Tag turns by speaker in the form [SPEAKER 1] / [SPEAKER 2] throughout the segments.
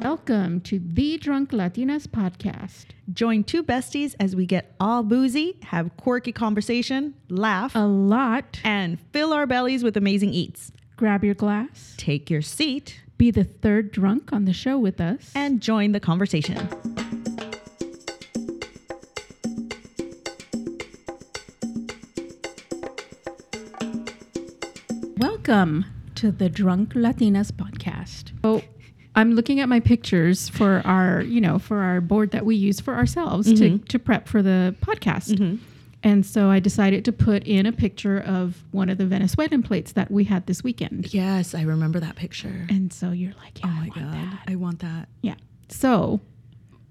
[SPEAKER 1] Welcome to the Drunk Latinas podcast.
[SPEAKER 2] Join two besties as we get all boozy, have quirky conversation, laugh,
[SPEAKER 1] A lot.
[SPEAKER 2] and fill our bellies with amazing eats.
[SPEAKER 1] Grab your glass.
[SPEAKER 2] Take your seat
[SPEAKER 1] Be the third drunk on the show with us.
[SPEAKER 2] and join the conversation.
[SPEAKER 1] welcome to the Drunk Latinas podcast. So Oh, I'm looking at my pictures for our, you know, for our board that we use for ourselves to, to prep for the podcast. And so I decided to put in a picture of one of the Venezuelan plates that we had this weekend.
[SPEAKER 2] Yes, I remember that picture.
[SPEAKER 1] And so you're like, yeah,
[SPEAKER 2] Oh my
[SPEAKER 1] I want
[SPEAKER 2] god,
[SPEAKER 1] that.
[SPEAKER 2] I want that.
[SPEAKER 1] Yeah. So,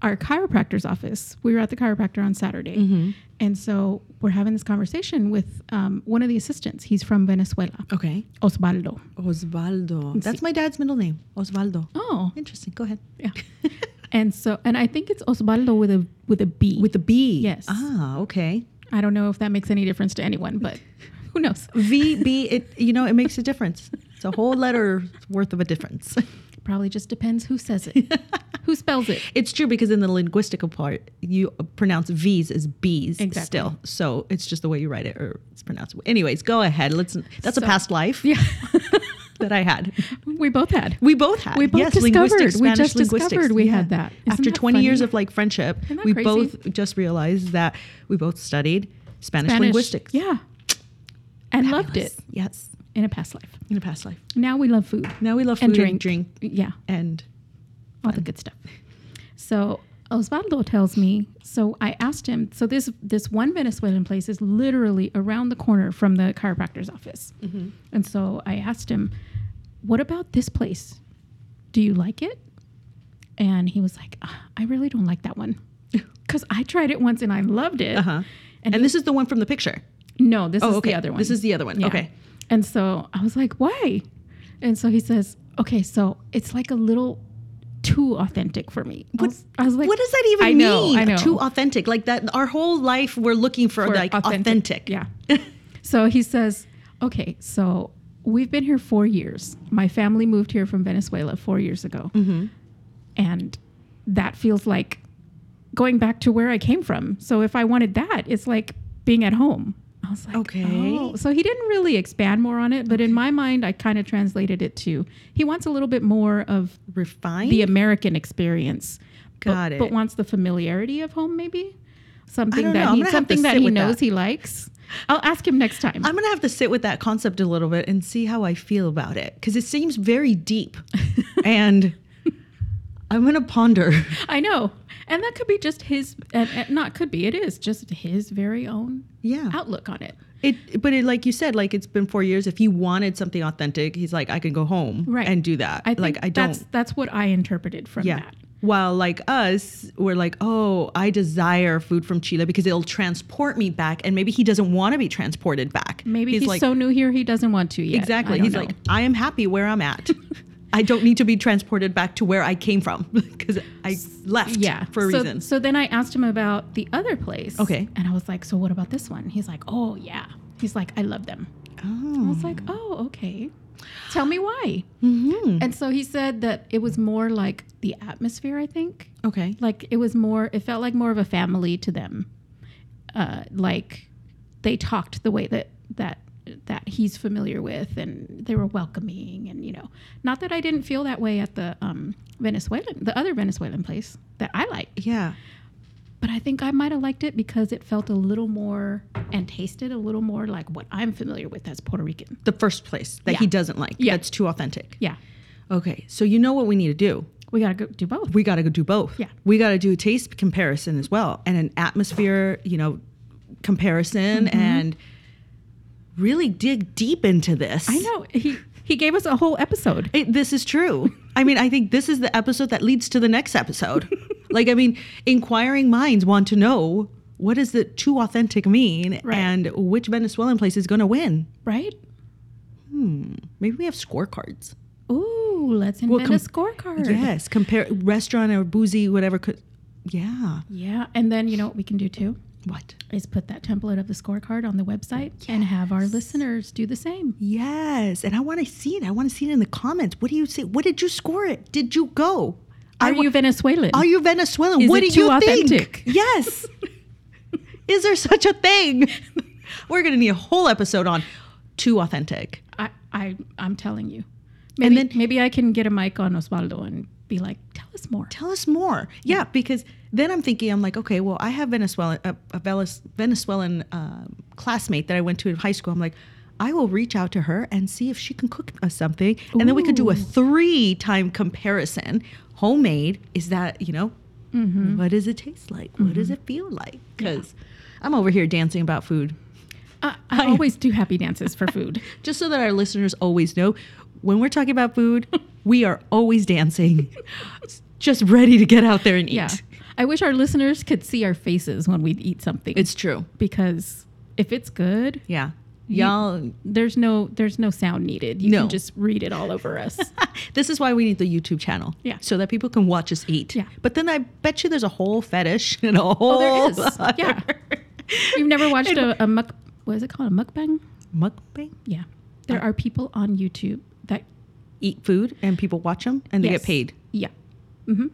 [SPEAKER 1] our chiropractor's office, we were at the chiropractor on Saturday. And so, we're having this conversation with um, one of the assistants. He's from Venezuela,
[SPEAKER 2] Okay.
[SPEAKER 1] Osvaldo.
[SPEAKER 2] Osvaldo. That's my dad's middle name. Osvaldo.
[SPEAKER 1] Oh,
[SPEAKER 2] Interesting. Go ahead.
[SPEAKER 1] yeah. and so, and I think it's Osvaldo with a with a B.
[SPEAKER 2] With the B.
[SPEAKER 1] Yes.
[SPEAKER 2] Ah, okay.
[SPEAKER 1] I don't know if that makes any difference to anyone, but who knows?
[SPEAKER 2] V B it you know, it makes a difference. It's a whole letter worth of a difference.
[SPEAKER 1] Probably just depends who says it, who spells it.
[SPEAKER 2] It's true because in the linguistic part, you pronounce V's as B's
[SPEAKER 1] Exactly.
[SPEAKER 2] still. So it's just the way you write it or it's pronounced. Anyways, go ahead. Let's. That's
[SPEAKER 1] So-
[SPEAKER 2] a past life
[SPEAKER 1] Yeah.
[SPEAKER 2] that I had.
[SPEAKER 1] we both had.
[SPEAKER 2] We both had.
[SPEAKER 1] We both
[SPEAKER 2] yes,
[SPEAKER 1] discovered.
[SPEAKER 2] linguistics,
[SPEAKER 1] We
[SPEAKER 2] Spanish
[SPEAKER 1] just
[SPEAKER 2] linguistics.
[SPEAKER 1] discovered we had that. Isn't
[SPEAKER 2] After
[SPEAKER 1] that
[SPEAKER 2] 20 years
[SPEAKER 1] funny?
[SPEAKER 2] of like friendship,
[SPEAKER 1] Isn't that
[SPEAKER 2] we
[SPEAKER 1] crazy?
[SPEAKER 2] both just realized that we both studied Spanish,
[SPEAKER 1] Spanish.
[SPEAKER 2] linguistics.
[SPEAKER 1] Yeah. And loved it
[SPEAKER 2] Fabulous. Yes.
[SPEAKER 1] in a past life.
[SPEAKER 2] In a past life.
[SPEAKER 1] Now we love food.
[SPEAKER 2] Now we love food
[SPEAKER 1] And
[SPEAKER 2] and
[SPEAKER 1] drink.
[SPEAKER 2] drink.
[SPEAKER 1] Yeah.
[SPEAKER 2] and
[SPEAKER 1] all the good stuff. So Osvaldo tells me. So I asked him. So this this one Venezuelan place is literally around the corner from the chiropractor's office,
[SPEAKER 2] Mm-hmm.
[SPEAKER 1] and so I asked him, "What about this place? Do you like it?" And he was like, "Ah, "I really don't like that one because I tried it once and I loved it."
[SPEAKER 2] uh huh.
[SPEAKER 1] And
[SPEAKER 2] And,
[SPEAKER 1] he-
[SPEAKER 2] this is the one from the picture.
[SPEAKER 1] No, this
[SPEAKER 2] Oh,
[SPEAKER 1] is
[SPEAKER 2] okay.
[SPEAKER 1] the other one.
[SPEAKER 2] This is the other one.
[SPEAKER 1] Yeah.
[SPEAKER 2] Okay.
[SPEAKER 1] And so I was like, why? And so he says, okay, so it's like a little too authentic for me. I was, I was like,
[SPEAKER 2] what does that even
[SPEAKER 1] I
[SPEAKER 2] mean?
[SPEAKER 1] know, I know.
[SPEAKER 2] Too authentic. Like that our whole life we're looking for,
[SPEAKER 1] for
[SPEAKER 2] like authentic.
[SPEAKER 1] Yeah. so he says, okay, so we've been here four years. My family moved here from Venezuela four years ago.
[SPEAKER 2] Mm-hmm.
[SPEAKER 1] And that feels like going back to where I came from. So if I wanted that, it's like being at home. I was like,
[SPEAKER 2] Okay.
[SPEAKER 1] oh. So he didn't really expand more on it, but in my mind, I kind of translated it to he wants a little bit more of
[SPEAKER 2] Refined.
[SPEAKER 1] the American experience. but-
[SPEAKER 2] Got
[SPEAKER 1] but,
[SPEAKER 2] it.
[SPEAKER 1] wants the familiarity of home, maybe something
[SPEAKER 2] don't know.
[SPEAKER 1] that
[SPEAKER 2] I'm
[SPEAKER 1] he,
[SPEAKER 2] gonna have to
[SPEAKER 1] something that
[SPEAKER 2] sit
[SPEAKER 1] he
[SPEAKER 2] with
[SPEAKER 1] knows
[SPEAKER 2] that.
[SPEAKER 1] he likes. I'll ask him next time.
[SPEAKER 2] I'm gonna have to sit with that concept a little bit and see how I feel about it. Because it seems very deep. and I'm gonna ponder.
[SPEAKER 1] I know, and that could be just his, and, and not could be. It is just his very own
[SPEAKER 2] Yeah.
[SPEAKER 1] outlook on it.
[SPEAKER 2] It but it like you said, like it's been four years. If he wanted something authentic, he's like, I can go home
[SPEAKER 1] Right.
[SPEAKER 2] and do that.
[SPEAKER 1] I think
[SPEAKER 2] like I don't
[SPEAKER 1] That's, that's what I interpreted from
[SPEAKER 2] Yeah.
[SPEAKER 1] that.
[SPEAKER 2] While like us, we're like, oh, I desire food from Chile because it'll transport me back, and maybe he doesn't want to be transported back.
[SPEAKER 1] Maybe he's,
[SPEAKER 2] like,
[SPEAKER 1] so new here he doesn't want to yet. I
[SPEAKER 2] exactly.
[SPEAKER 1] don't
[SPEAKER 2] He's
[SPEAKER 1] know.
[SPEAKER 2] like, I am happy where I'm at. I don't need to be transported back to where I came from because I left
[SPEAKER 1] yeah,
[SPEAKER 2] for a
[SPEAKER 1] so,
[SPEAKER 2] reason.
[SPEAKER 1] So then I asked him about the other place.
[SPEAKER 2] Okay.
[SPEAKER 1] and I was like, so what about this one? He's like, oh yeah. He's like, I love them. I
[SPEAKER 2] Oh.
[SPEAKER 1] was like, oh, okay. Tell me why.
[SPEAKER 2] Mm-hmm.
[SPEAKER 1] And so he said that it was more like the atmosphere, I think.
[SPEAKER 2] Okay.
[SPEAKER 1] Like it was more, it felt like more of a family to them. Uh, like they talked the way that, that, that he's familiar with and they were welcoming and you know not that i didn't feel that way at the um, venezuelan the other venezuelan place that i liked
[SPEAKER 2] Yeah.
[SPEAKER 1] but i think i might have liked it because it felt a little more and tasted a little more like what i'm familiar with as puerto rican
[SPEAKER 2] The first place that
[SPEAKER 1] Yeah.
[SPEAKER 2] he doesn't like.
[SPEAKER 1] Yeah.
[SPEAKER 2] That's too authentic.
[SPEAKER 1] yeah
[SPEAKER 2] Okay. So you know what we need to do.
[SPEAKER 1] We gotta go do both.
[SPEAKER 2] we got to go do both.
[SPEAKER 1] Yeah.
[SPEAKER 2] We got to do a taste comparison as well and an atmosphere, you know, comparison
[SPEAKER 1] Mm-hmm.
[SPEAKER 2] and really dig deep into this.
[SPEAKER 1] I know he he gave us a whole episode.
[SPEAKER 2] It, this is true. I mean, I think this is the episode that leads to the next episode. like, I mean, inquiring minds want to know what does the too authentic mean
[SPEAKER 1] Right.
[SPEAKER 2] and which Venezuelan place is going to win.
[SPEAKER 1] Right?
[SPEAKER 2] Maybe we have scorecards.
[SPEAKER 1] Ooh, let's invent
[SPEAKER 2] com-
[SPEAKER 1] a scorecard.
[SPEAKER 2] Yes, compare restaurant or boozy, whatever. Could, yeah.
[SPEAKER 1] Yeah. And then you know what we can do too?
[SPEAKER 2] What?
[SPEAKER 1] Is put that template of the scorecard on the website and have our listeners do the same.
[SPEAKER 2] Yes, and I want to see it. I want to see it in the comments. What do you say? What did you score it? Did you go? I
[SPEAKER 1] Are
[SPEAKER 2] wa-
[SPEAKER 1] you Venezuelan?
[SPEAKER 2] Are you Venezuelan?
[SPEAKER 1] Is
[SPEAKER 2] what
[SPEAKER 1] it
[SPEAKER 2] do you
[SPEAKER 1] too authentic?
[SPEAKER 2] think? Yes. Is there such a thing? We're going to need a whole episode on too authentic.
[SPEAKER 1] I, I I'm telling you.
[SPEAKER 2] And
[SPEAKER 1] Maybe
[SPEAKER 2] then-
[SPEAKER 1] maybe I can get a mic on Osvaldo and be like, tell us more.
[SPEAKER 2] Tell us more. Yeah, because then I'm thinking, I'm like, okay, well, I have Venezuelan, a, a Velas- Venezuelan um classmate that I went to in high school. I'm like, I will reach out to her and see if she can cook us something. And then we could do a
[SPEAKER 1] Ooh.
[SPEAKER 2] three time comparison. Homemade, is that, you know,
[SPEAKER 1] Mm-hmm.
[SPEAKER 2] what does it taste like? What does it feel like? Because I'm over here dancing about food.
[SPEAKER 1] I, I always do happy dances for food.
[SPEAKER 2] Just so that our listeners always know, when we're talking about food, we are always dancing, just ready to get out there and eat.
[SPEAKER 1] Yeah. I wish our listeners could see our faces when we eat something.
[SPEAKER 2] It's true.
[SPEAKER 1] because if it's good,
[SPEAKER 2] Yeah. Y'all,
[SPEAKER 1] there's no there's no sound needed. You
[SPEAKER 2] No.
[SPEAKER 1] can just read it all over us.
[SPEAKER 2] this is why we need the YouTube channel.
[SPEAKER 1] Yeah.
[SPEAKER 2] So that people can watch us eat.
[SPEAKER 1] Yeah. Oh,
[SPEAKER 2] But then I bet you there's a whole fetish and a whole.
[SPEAKER 1] there is.
[SPEAKER 2] other-
[SPEAKER 1] Yeah. You've never watched a, a muk what is it called? A mukbang?
[SPEAKER 2] Mukbang?
[SPEAKER 1] Yeah. There are people on YouTube that
[SPEAKER 2] Eat food and people watch them and they
[SPEAKER 1] Yes.
[SPEAKER 2] get paid.
[SPEAKER 1] Yeah. hmm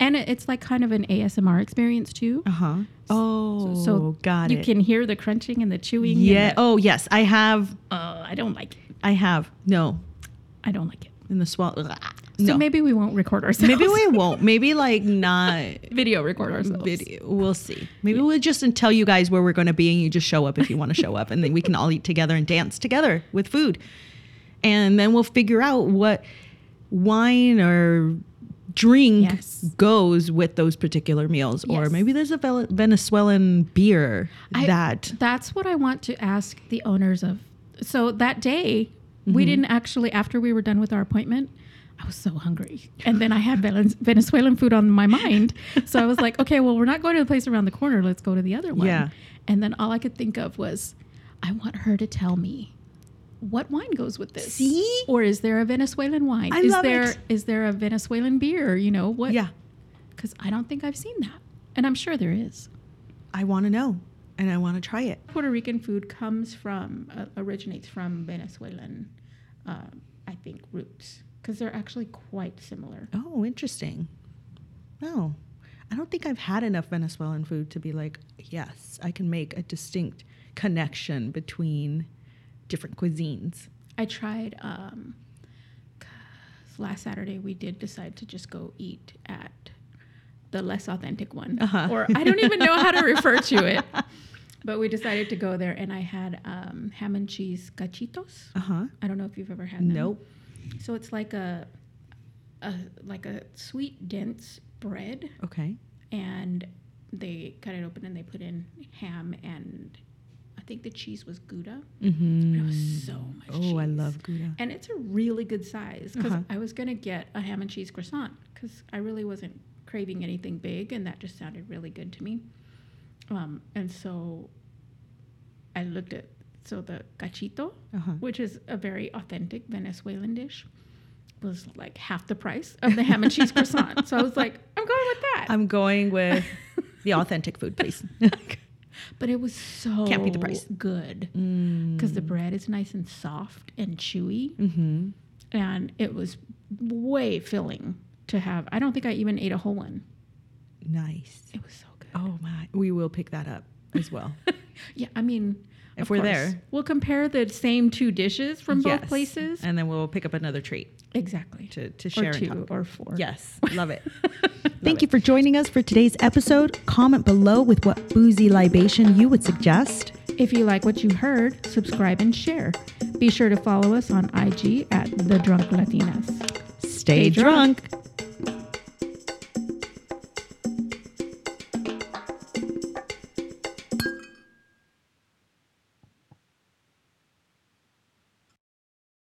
[SPEAKER 1] And it- it's like kind of an ASMR experience too.
[SPEAKER 2] Uh huh. Oh,
[SPEAKER 1] Uh-huh. so
[SPEAKER 2] got
[SPEAKER 1] you
[SPEAKER 2] it.
[SPEAKER 1] can hear the crunching and the chewing. and
[SPEAKER 2] yeah.
[SPEAKER 1] the-
[SPEAKER 2] Oh, yes. I have.
[SPEAKER 1] Uh, I don't like it.
[SPEAKER 2] I have. No.
[SPEAKER 1] I don't like it.
[SPEAKER 2] In the swallow.
[SPEAKER 1] So
[SPEAKER 2] No.
[SPEAKER 1] maybe we won't record ourselves.
[SPEAKER 2] Maybe we won't. Maybe like not
[SPEAKER 1] video record ourselves.
[SPEAKER 2] video. We'll see. Maybe we'll just and tell you guys where we're going to be, and you just show up if you want to show up, and then we can all eat together and dance together with food, and then we'll figure out what wine or drink
[SPEAKER 1] Yes.
[SPEAKER 2] goes with those particular meals, or
[SPEAKER 1] Yes.
[SPEAKER 2] maybe there's a Vel- Venezuelan beer
[SPEAKER 1] I-
[SPEAKER 2] that.
[SPEAKER 1] That's what I want to ask the owners of. So that day,
[SPEAKER 2] Mm-hmm.
[SPEAKER 1] we didn't actually, after we were done with our appointment, I was so hungry. And then I had Velen- Venezuelan food on my mind. So I was like, okay, well, we're not going to the place around the corner. Let's go to the other one.
[SPEAKER 2] Yeah.
[SPEAKER 1] And then all I could think of was, I want her to tell me what wine goes with this.
[SPEAKER 2] See?
[SPEAKER 1] Or is there a Venezuelan wine?
[SPEAKER 2] I
[SPEAKER 1] is
[SPEAKER 2] love
[SPEAKER 1] there
[SPEAKER 2] it.
[SPEAKER 1] is there a Venezuelan beer? You know, what?
[SPEAKER 2] Yeah,
[SPEAKER 1] Because I don't think I've seen that. And I'm sure there is.
[SPEAKER 2] I want to know, and I want to try it.
[SPEAKER 1] Puerto Rican food comes from uh, originates from Venezuelan, um, I think roots because they're actually quite similar.
[SPEAKER 2] Oh, interesting. No, I don't think I've had enough Venezuelan food to be like, yes, I can make a distinct connection between different cuisines.
[SPEAKER 1] I tried um, 'cause last Saturday. We did decide to just go eat at the less authentic one,
[SPEAKER 2] Uh-huh.
[SPEAKER 1] or I don't even know how to refer to it. But we decided to go there, and I had um, ham and cheese cachitos.
[SPEAKER 2] Uh huh.
[SPEAKER 1] I don't know if you've ever had them.
[SPEAKER 2] Nope.
[SPEAKER 1] So it's like a, a like a sweet dense bread.
[SPEAKER 2] Okay.
[SPEAKER 1] and they cut it open and they put in ham and I think the cheese was Gouda. But it
[SPEAKER 2] Mm-hmm.
[SPEAKER 1] was so much
[SPEAKER 2] Oh,
[SPEAKER 1] cheese.
[SPEAKER 2] I love Gouda.
[SPEAKER 1] And it's a really good size because
[SPEAKER 2] Uh-huh.
[SPEAKER 1] I was gonna get a ham and cheese croissant because I really wasn't craving anything big and that just sounded really good to me. Um, and so I looked at so the cachito,
[SPEAKER 2] Uh huh.
[SPEAKER 1] which is a very authentic Venezuelan dish, was like half the price of the ham and cheese croissant. So I was like, I'm going with that.
[SPEAKER 2] I'm going with the authentic food, please.
[SPEAKER 1] But it was so
[SPEAKER 2] Can't beat the price.
[SPEAKER 1] good
[SPEAKER 2] mm.
[SPEAKER 1] because the bread is nice and soft and chewy,
[SPEAKER 2] Mm-hmm.
[SPEAKER 1] and it was way filling to have. I don't think I even ate a whole one.
[SPEAKER 2] Nice.
[SPEAKER 1] It was so good.
[SPEAKER 2] Oh my. We will pick that up as well.
[SPEAKER 1] Yeah, I mean,
[SPEAKER 2] If
[SPEAKER 1] of
[SPEAKER 2] we're
[SPEAKER 1] course.
[SPEAKER 2] there.
[SPEAKER 1] we'll compare the same two dishes from both
[SPEAKER 2] Yes.
[SPEAKER 1] places.
[SPEAKER 2] And then we'll pick up another treat
[SPEAKER 1] Exactly,
[SPEAKER 2] to, to share
[SPEAKER 1] or
[SPEAKER 2] and talk
[SPEAKER 1] two or four.
[SPEAKER 2] Yes, love it. Thank you for joining us for today's episode. Comment below with what boozy libation you would suggest.
[SPEAKER 1] If you like what you heard, subscribe and share. Be sure to follow us on IG at the Drunk Latinas.
[SPEAKER 2] Stay,
[SPEAKER 1] drunk.
[SPEAKER 2] drunk.